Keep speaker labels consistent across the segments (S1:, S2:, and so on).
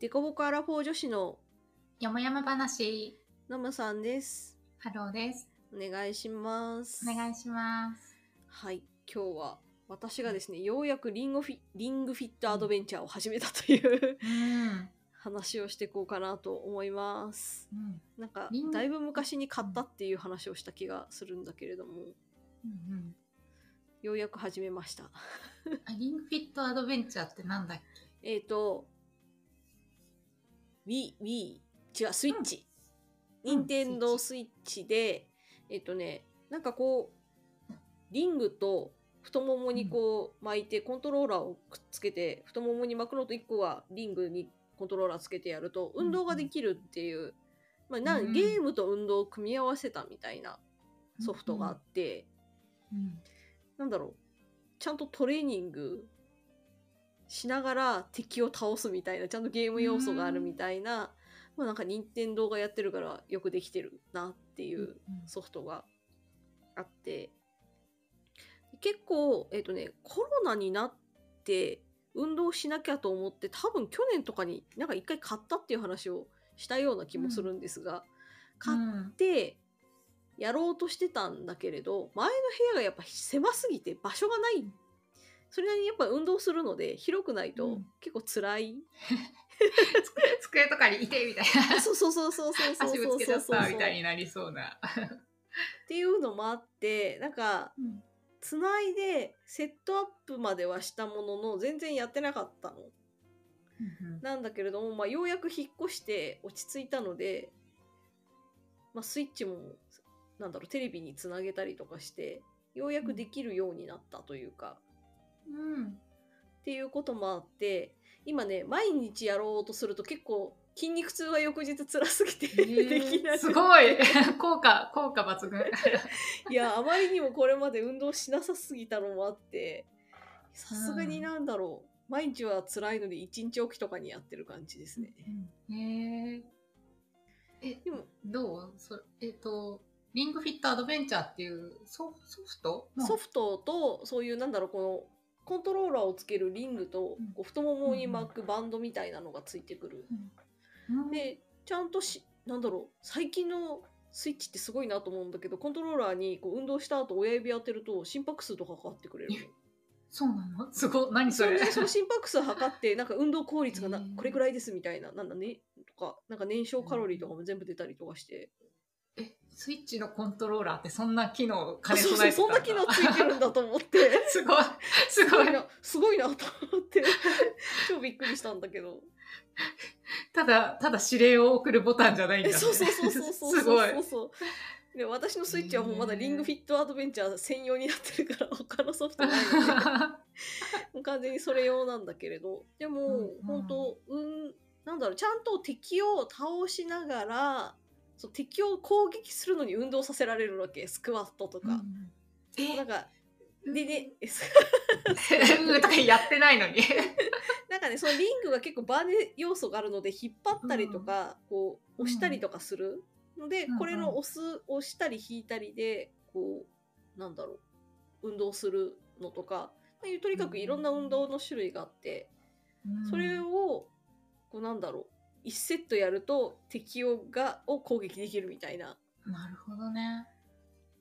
S1: デコボコアラフォー女子の
S2: やもやま話、
S1: ナムさんです。
S2: ハローです。
S1: お願いします。
S2: お願いします。
S1: はい、今日は私がですね、ようやくリンゴフィリングフィットアドベンチャーを始めたという
S2: うん。
S1: 話をしていこうかなと思います。
S2: うん。
S1: なんか
S2: リン、ゴ
S1: だいぶ昔に買ったっていう話をした気がするんだけれども、
S2: うん
S1: ようやく始めました。
S2: うん。あ、リングフィットアドベンチャーってなんだっけ
S1: えっ、ー、と、Wii、Wii、違う、スイッチ。
S2: うん
S1: 任天堂
S2: うん
S1: スイッチで、えっ、とね、なんかこう、リングと太ももにこう巻いて、コントローラーをくっつけて、太ももに巻くのと1個はリングにコントローラーつけてやると、運動ができるっていう、まあな
S2: うん
S1: ゲームと運動を組み合わせたみたいなソフトがあって、
S2: うん。
S1: なんだろう、ちゃんとトレーニングしながら敵を倒すみたいな、ちゃんとゲーム要素があるみたいな、まあなんか任天堂がやってるからよくできてるなってい
S2: うん
S1: うソフトがあって、結構、えっ、とね、コロナになって運動しなきゃと思って、多分去年とかになんか一回買ったっていう話をしたような気もするんですが、買っ
S2: うん
S1: ってやろうとしてたんだけれど前の部屋がやっぱ狭すぎて場所がないそれなりにやっぱ運動するので広くないうと
S2: ん
S1: 結構辛 い、
S2: 机とかにいてみたいな。
S1: そうそうそうそうそうそう
S2: 足ぶ
S1: そう
S2: つけち
S1: そう
S2: ゃった
S1: そう
S2: みたいになりそうな。
S1: っていうのもあってなんか
S2: うん。
S1: つないでセットアップまではしたものの全然やってなかったの
S2: うん
S1: なんだけれども、まあ、ようやく引っ越して落ち着いたので、まあ、スイッチもなんだろうテレビにつなげたりとかしてようやくできるようになったというか、
S2: うん。
S1: っていうこともあって今ね毎日やろうとすると結構筋肉痛は翌日辛すぎて できない
S2: えーすごい 効果、効果 抜群。
S1: いやあまりにもこれまで運動しなさすぎたのもあってさすがになんだろう、毎日は辛いので一日おきとかにやってる感じですね、
S2: ねえ。え、
S1: でも
S2: どうそえっ、と、リングフィットアドベンチャーっていうソソフトの
S1: ソフトとそういうなんだろうこのコントローラーをつけるリングと
S2: うん
S1: こう太ももに巻くバンドみたいなのがついてくる、
S2: うん
S1: でちゃんとしなんだろう最近のスイッチってすごいなと思うんだけどコントローラーにこう運動した後親指当てると心拍数とか測ってくれるの
S2: そうなのすごい。何そ
S1: それ
S2: れ
S1: でその心拍数測ってなんか運動効率がな
S2: へー
S1: これくらいですみたいななんだねとかなんか燃焼カロリーとかも全部出たりとかして
S2: え、スイッチのコントローラーってそんな機能
S1: あ
S2: 兼ね
S1: そう
S2: 備
S1: そ
S2: え
S1: う
S2: てた
S1: そ
S2: ん
S1: ん
S2: だ
S1: な機能ついてるんだと思って
S2: すごい。す
S1: すご
S2: ごい
S1: い。なすごいなと思 って超びっくりしたんだけど
S2: ただ、ただ指令を送るボタンじゃないんだ、
S1: え
S2: ね。
S1: そうそうそうそうそう
S2: すごい
S1: そう。そうで私のスイッチはもうまだリングフィットアドベンチャー専用になってるから他のソフトないのでもう完全にそれ用なんだけれどでも、
S2: うんうん
S1: 本当うんなんだろうちゃんと敵を倒しながらそう敵を攻撃するのに運動させられるわけスクワットと
S2: う
S1: か、
S2: ん
S1: な
S2: え
S1: ん、かでね
S2: うんとかやってないのに。
S1: なんかねそのリングが結構バネ要素があるので引っ張ったりとか、こう押したりとかするので、
S2: うんうん
S1: これの押す押したり引いたりでこうなんだろう運動するのとか、まあとにかくいろんな運動の種類があって、それ
S2: を、
S1: をこうなんだろう1セットやると敵をがを攻撃できるみたいな
S2: なるほどね。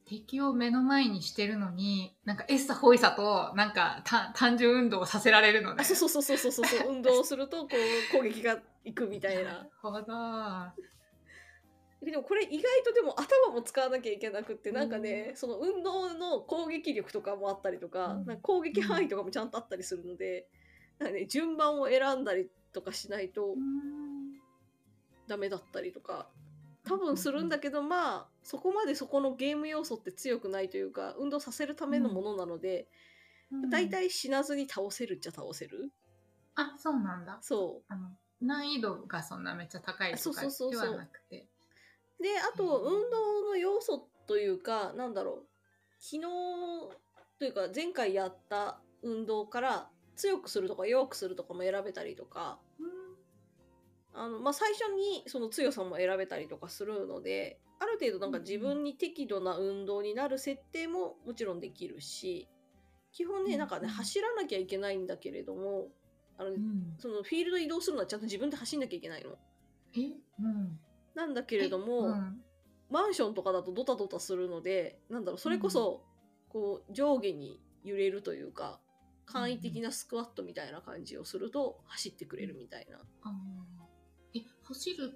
S2: 敵を目の前にしてるのに、なんかエッサホイサと、なんかた単純運動をさせられるのね。
S1: あそうそうそうそうそうそうそう運動をするとこう攻撃がいくみたい
S2: な
S1: な
S2: るほど。
S1: でもこれ意外とでも頭も使わなきゃいけなくってなんかね、
S2: うん
S1: その運動の攻撃力とかもあったりとか,、
S2: うん
S1: なんか攻撃範囲とかもちゃんとあったりするのでなんか、ね、順番を選んだりとかしないとダメだったりとか多分するんだけどまあそこまでそこのゲーム要素って強くないというか運動させるためのものなので、
S2: うん
S1: 大体死なずに倒せるっちゃ倒せる
S2: あ、そうなんだ。
S1: そ
S2: あの難易度がそんなめっちゃ高い
S1: あそ
S2: と
S1: う
S2: か
S1: そうそう
S2: で
S1: そう
S2: はなくて。
S1: うであと
S2: うん
S1: 運動の要素というかなんだろう昨日というか前回やった運動から強くするとか弱くするとかも選べたりとかあの、まあ、最初にその強さも選べたりとかするのである程度なんか自分に適度な運動になる設定ももちろんできるし基本
S2: う
S1: ね
S2: ん
S1: なんかね走らなきゃいけないんだけれどもあの、
S2: うん、
S1: そのフィールド移動するのはちゃんと自分で走んなきゃいけないの。
S2: え、うん、
S1: なんだけれども、
S2: うん、
S1: マンションとかだとドタドタするので、なんだろう、それこそ、こう、上下に揺れるというか、簡易的なスクワットみたいな感じをすると、走ってくれるみたいな。
S2: あのえ走る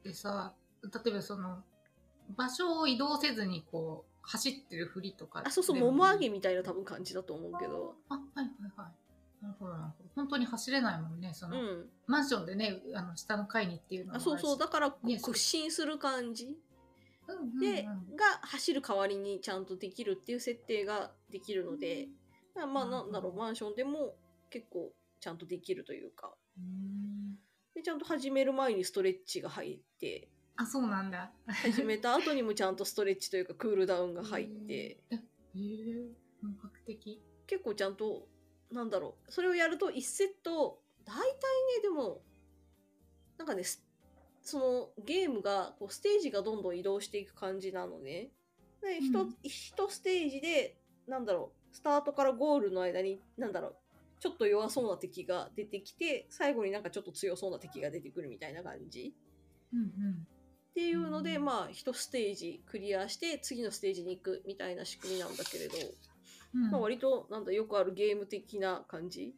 S2: ってさ例えばその場所を移動せずにこう走ってるふりとか
S1: あ、そうそう、
S2: でも
S1: もも上げみたいな多分感じだと思うけど。
S2: あはいはいはいなるほどなるほど本当に走れないもんねそうの、
S1: ん。
S2: マンションでねあの下の階にっていうのも
S1: あそうそう、
S2: だ、
S1: だから、こう
S2: ねそう
S1: 屈伸する感じ
S2: うんうんうん、
S1: で、が走る代わりにちゃんとできるっていう設定ができるので、まあまあ、なんだろう、マンションでも結構ちゃんとできるというか。
S2: うん
S1: で、ちゃんと始める前にストレッチが入って、
S2: あそうなんだ
S1: 始めた後にもちゃんとストレッチというかクールダウンが入って、
S2: えー、本格的
S1: 結構ちゃんとなんだろうそれをやると1セット大体ねでもなんかねすそのゲームがこうステージがどんどん移動していく感じなのね。で一
S2: うん
S1: 一ステージでなんだろうスタートからゴールの間になんだろうちょっと弱そうな敵が出てきて最後になんかちょっと強そうな敵が出てくるみたいな感じ。
S2: うんうん
S1: っていうので、
S2: うん
S1: まあ一ステージクリアして次のステージに行くみたいな仕組みなんだけれど、
S2: うん
S1: まあ、割となんだよくあるゲーム的な感じ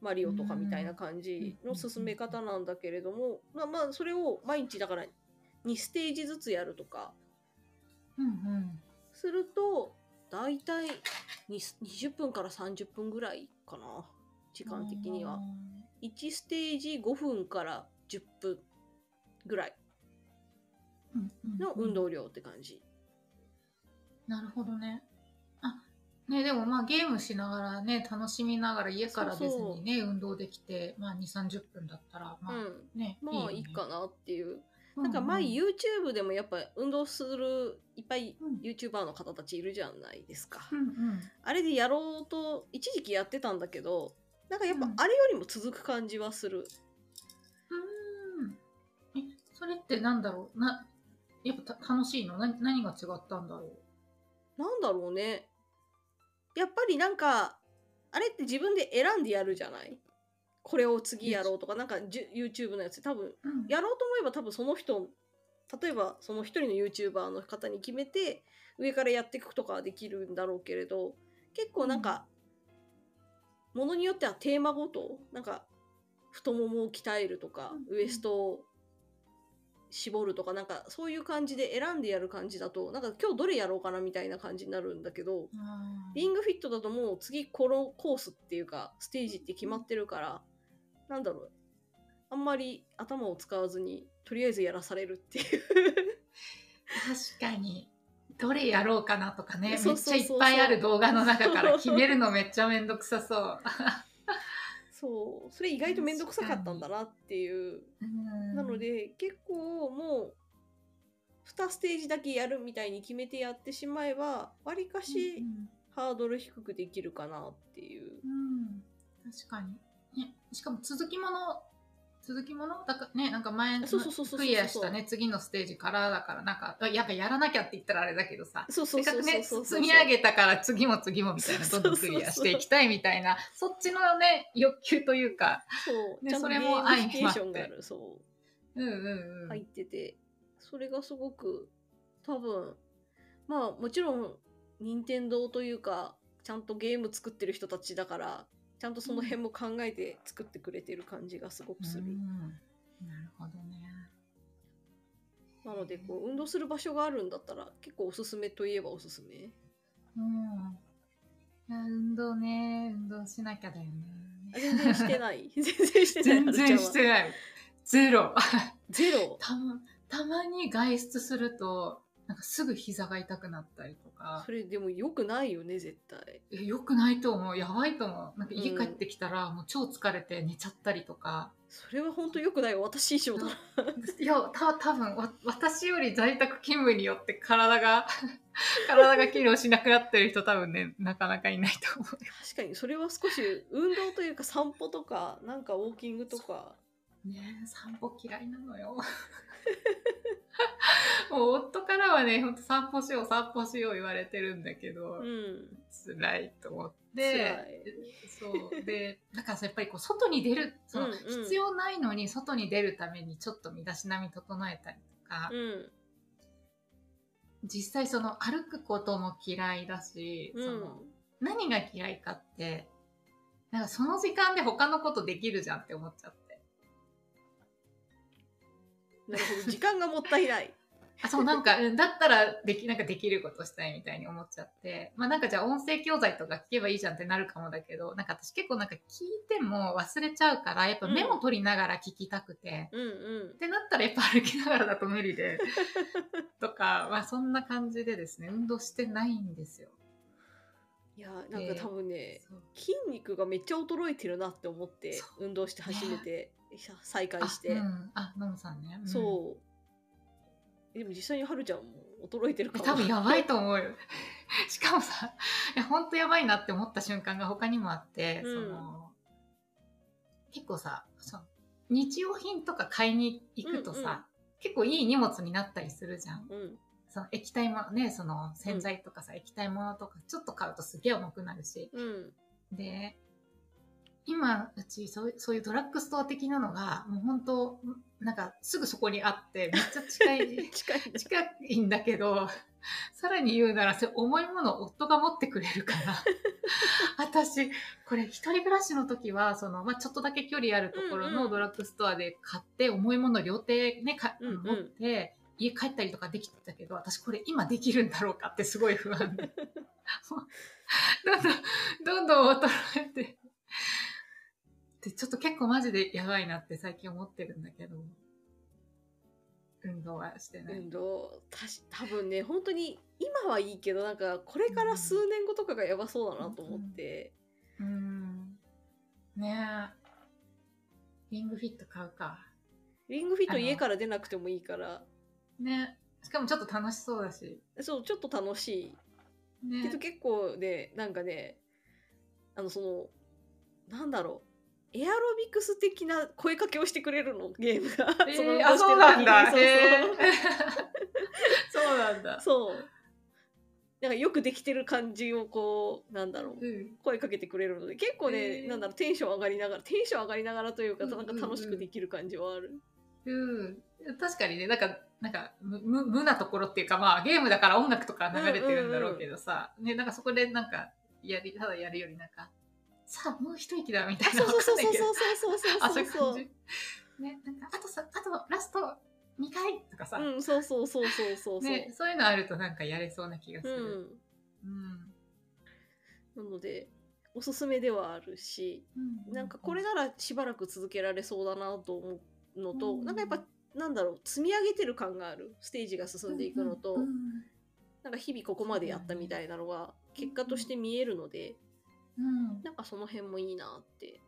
S1: マリオとかみたいな感じの進め方なんだけれども、まあ、まあそれを毎日だから2ステージずつやるとか
S2: うんうん
S1: すると大体に20分から30分ぐらいかな時間的には1ステージ5分から10分ぐらい
S2: うんうん
S1: の運動量って感じ。
S2: なるほどね。あ、ね、でもまあゲームしながらね、楽しみながら家から出ずにね、運動できて、まあ2、30分だったら、ま
S1: う
S2: あ
S1: ん
S2: ね、
S1: まあい
S2: よ
S1: い
S2: ね。
S1: かなっていう。
S2: う
S1: なんか前
S2: う、
S1: YouTube でもやっぱ運動するいっぱい
S2: うん
S1: YouTuber の方たちいるじゃないですか。
S2: うんうん。
S1: あれでやろうと一時期やってたんだけど、なんかやっぱ
S2: うん
S1: あれよりも続く感じはする。
S2: うーん。え、それってなんだろうな、やっぱた楽しいのな何が違ったんだろ
S1: なんだろうね。やっぱりなんか、あれって自分で選んでやるじゃないこれを次やろうとか、なんかじゅ YouTube のやつ多分
S2: う、うん、
S1: やろうと思えば多分その人例えばその一人の YouTuber の方に決めて上からやっていくとかはできるんだろうけれど結構なんか、ものによってはテーマごとなんか太ももを鍛えるとか、
S2: うん
S1: ウエストを絞るとかなんかそういう感じで選んでやる感じだとなんか今日どれやろうかなみたいな感じになるんだけど
S2: あー
S1: リングフィットだともう次このコースっていうかステージって決まってるからなんだろうあんまり頭を使わずにとりあえずやらされるっていう
S2: 確かに。どれやろうかなとかね、
S1: そ
S2: め
S1: う
S2: っ
S1: そ
S2: ち
S1: う
S2: ゃ
S1: そう
S2: いっぱいある動画の中から 決めるのめっちゃめんどくさそう。
S1: そうそれ意外と面倒くさかったんだなっていう
S2: うん
S1: なの、で結構もう2ステージだけやるみたいに決めてやってしまえばわりか
S2: う
S1: し
S2: んうん
S1: ハードル低くできるかなっていう
S2: うん、確かに。ね、しかも続きもの、続きものだからね、なんか前の
S1: そうそうそうそうそうそう
S2: クリアしたね、次のステージからだから、なんか、あやっぱやらなきゃって言ったらあれだけどさ、
S1: そうそう
S2: せっか
S1: そう
S2: く
S1: そ
S2: ね、
S1: うそう
S2: 積み上げたから次も次もみたいな、
S1: そ
S2: ど
S1: うんそ
S2: ど
S1: うんそうそう
S2: クリアしていきたいみたいな、そっちのね、欲求というか、
S1: そう
S2: ね
S1: ちゃんと
S2: そ
S1: ゲ
S2: れ
S1: ー
S2: も
S1: ムフィケーションがあ
S2: 相ま
S1: るそう
S2: うんうんうん。
S1: 入ってて、それがすごく多分まあもちろん任天堂というかちゃんとゲーム作ってる人たちだからちゃんとその辺も考えて作ってくれてる感じがすごくする、
S2: うんなるほどね。
S1: なのでこう運動する場所があるんだったら結構おすすめといえばおすす め
S2: うん。いや運動ね、運動しなきゃだよね。
S1: あ全然してない全然してないはる
S2: 全然
S1: ちゃんは
S2: してない。ゼロ。
S1: ゼロ
S2: たまたまに外出するとなんかすぐ膝が痛くなったりとか
S1: それでも良くないよね絶対
S2: えよくないと思うやばいと思うなんか家
S1: うん
S2: 帰ってきたらもう超疲れて寝ちゃったり とか、
S1: それは本当良くないよ私以上だな
S2: いやた多分わ私より在宅勤務によって体が 体が機能しなくなってる人多分ねなかなかいないと思う
S1: 確かにそれは少し運動というか散歩とかなんかウォーキングとか
S2: ねえ散歩嫌いなのよ。 もう夫からはね、ほんと散歩しよう、散歩しよう言われてるんだけど、
S1: うん。
S2: 辛いと思っ
S1: 辛
S2: て、そう。で、だからさやっぱりこう、外に出る、その、
S1: うんうん
S2: 必要ないのに外に出るためにちょっと身だしなみ整えたりとか、
S1: うん。
S2: 実際その歩くことも嫌いだし、
S1: う
S2: そ
S1: ん。
S2: の何が嫌いかって、なんかその時間で他のことできるじゃんって思っちゃって。
S1: なるほど。時間がもったいない。
S2: あ、そう、なんか、うんだったらでき、なんかできることしたいみたいに思っちゃって、まあなんかじゃあ音声教材とか聞けばいいじゃんってなるかもだけど、なんか私結構なんか聞いても忘れちゃうから、やっぱメモ取りながら聞きたくて、
S1: うんうん
S2: っ。てなったらやっぱ歩きながらだと無理で、とか、まあそんな感じでですね、運動してないんですよ。
S1: いや、なんか多分ね、
S2: そう
S1: 筋肉がめっちゃ衰えてるなって思って
S2: そ、
S1: 運動して初めてさ再開して。
S2: あ、うん、あのむさんね。うん
S1: そう。でも実際にはるちゃんも衰えてるかも。
S2: 多分やばいと思うよ。 しかもさ、いや、ほんとやばいなって思った瞬間が他にもあって、
S1: うん
S2: その、結構さ、その日用品とか買いに行くとさ、
S1: うんうん
S2: 結構いい荷物になったりするじゃん。
S1: うん。
S2: その液体もね、その洗剤とかさ、液体ものとかちょっと買うとすげえ重くなるし。
S1: うん。
S2: で、今、うちそういうそういうドラッグストア的なのが、もう本当なんかすぐそこにあって、めっちゃ近 い
S1: 近いね。
S2: 近いんだけど、さらに言うなら、それ重いものを夫が持ってくれ るから、私、これ一人暮らしの時は、その、まあ、ちょっとだけ距離あるところ
S1: うんう
S2: の
S1: ん
S2: ドラッグストアで買って、重いものを両手ね、か
S1: うんうん
S2: 持って、家帰ったりとかできてたけど、私これ今できるんだろうかってすごい不安で。 もうどんどん、どんどん衰えて。で、ちょっと結構マジでやばいなって最近思ってるんだけど、運動はしてない。
S1: 運動たし多分ね本当に今はいいけどなんかこれから数年後とかがやばそうだなと思って、
S2: うーんねえ。リングフィット買うか。
S1: リングフィット
S2: あの
S1: 家から出なくてもいいから
S2: ねしかもちょっと楽しそうだし。
S1: そうちょっと楽しいけ
S2: ね
S1: ど結構ねなんかねあのそのなんだろうエアロビクス的な声かけをしてくれるのゲームが、
S2: えー
S1: その
S2: あ、そうなんだ。
S1: そう
S2: へー
S1: そう
S2: そうなんだ。
S1: そうなんかよくできてる感じをこうなんだろう
S2: うん
S1: 声かけてくれるので結構ね、
S2: へー
S1: なんだろうテンション上がりながらテンション上がりながらというか、
S2: うんうんうん
S1: なんか楽しくできる感じはある、
S2: うん。確かにね、なんか、なんか、む無、無なところっていうか、まあ、ゲームだから音楽とか流れてるんだろうけどさ、ね、なんかそこでなんか、やり、ただやるよりなんか、さあ、もう一息だ、みたいな。
S1: そうそうそう
S2: わかんな
S1: そ
S2: い
S1: そうそ
S2: うけどあ、そうういう感
S1: そう
S2: じ。ね、なんか、あとさ、あと、ラスト2回とかさ、
S1: うんそうそうそうそうそうそう、
S2: ね、そういうのあるとなんかやれそうな気がす
S1: う
S2: る。
S1: ん
S2: うん。
S1: なのでおすすめではあるしなんかこれ
S2: だ
S1: ならしばらく続けられそうだなと思うのと、
S2: うん
S1: なんかやっぱなんだろう積み上げてる感があるステージが進んでいくのと、なんか日々ここまでやったみたいなのが結果として見えるので、
S2: うん、
S1: なんかその辺もいいなって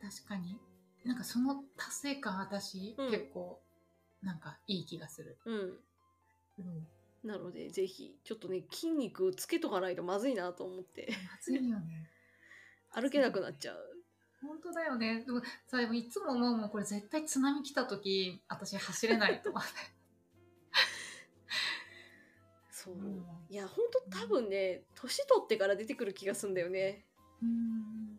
S2: 確かに。なんかその達成感私、
S1: うん
S2: 結構、なんかいい気がする。
S1: うん
S2: うん。
S1: なので、ぜひ、ちょっとね、筋肉つけとかないとまずいなと思って、
S2: 熱いよね。
S1: 歩けなくなっちゃう。
S2: 本当だよね。でもさ、でもいつも思うもん、これ絶対津波来た時、私走れないと思って。
S1: そうう。
S2: ん
S1: いや、ほんと多分ね、年取ってから出てくる気がすんだよね。
S2: うん。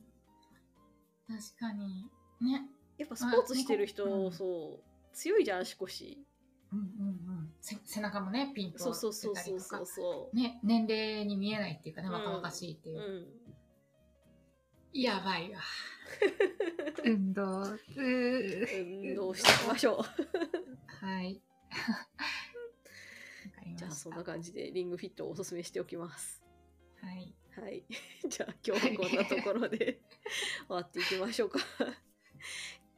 S2: 確かに。ね。
S1: やっぱスポーツしてる人、
S2: あうん
S1: そう、強いじゃん、足腰。
S2: うんうんうん。せ背中もね、ピンと
S1: そうそう
S2: 出
S1: そう
S2: た
S1: そ
S2: り
S1: う
S2: とか
S1: そう。そ
S2: ね、年齢に見えないっていうかね、
S1: うん。
S2: 若々しいっていうう。
S1: うん。
S2: やばいわ。 運動。うー
S1: 運動していきましょう。
S2: はい。 わかりました
S1: じゃあ、そんな感じで、リングフィットをおすすめしておきます。
S2: はい。
S1: はい。 じゃあ、今日はこんなところで終わっていきましょうか。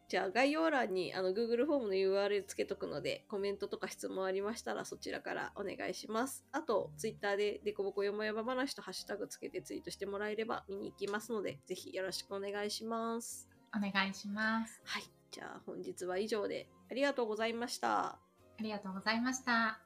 S1: じゃあ、概要欄にあの Google フォームの URL つけとくので、コメントとか質問ありましたら、そちらからお願いします。あと、Twitter でデコボコよもやま話とハッシュタグつけてツイートしてもらえれば見に行きますので、ぜひよろしくお願いします。
S2: お願いします。
S1: はい。じゃあ、本日は以上でありがとうございました。
S2: ありがとうございました。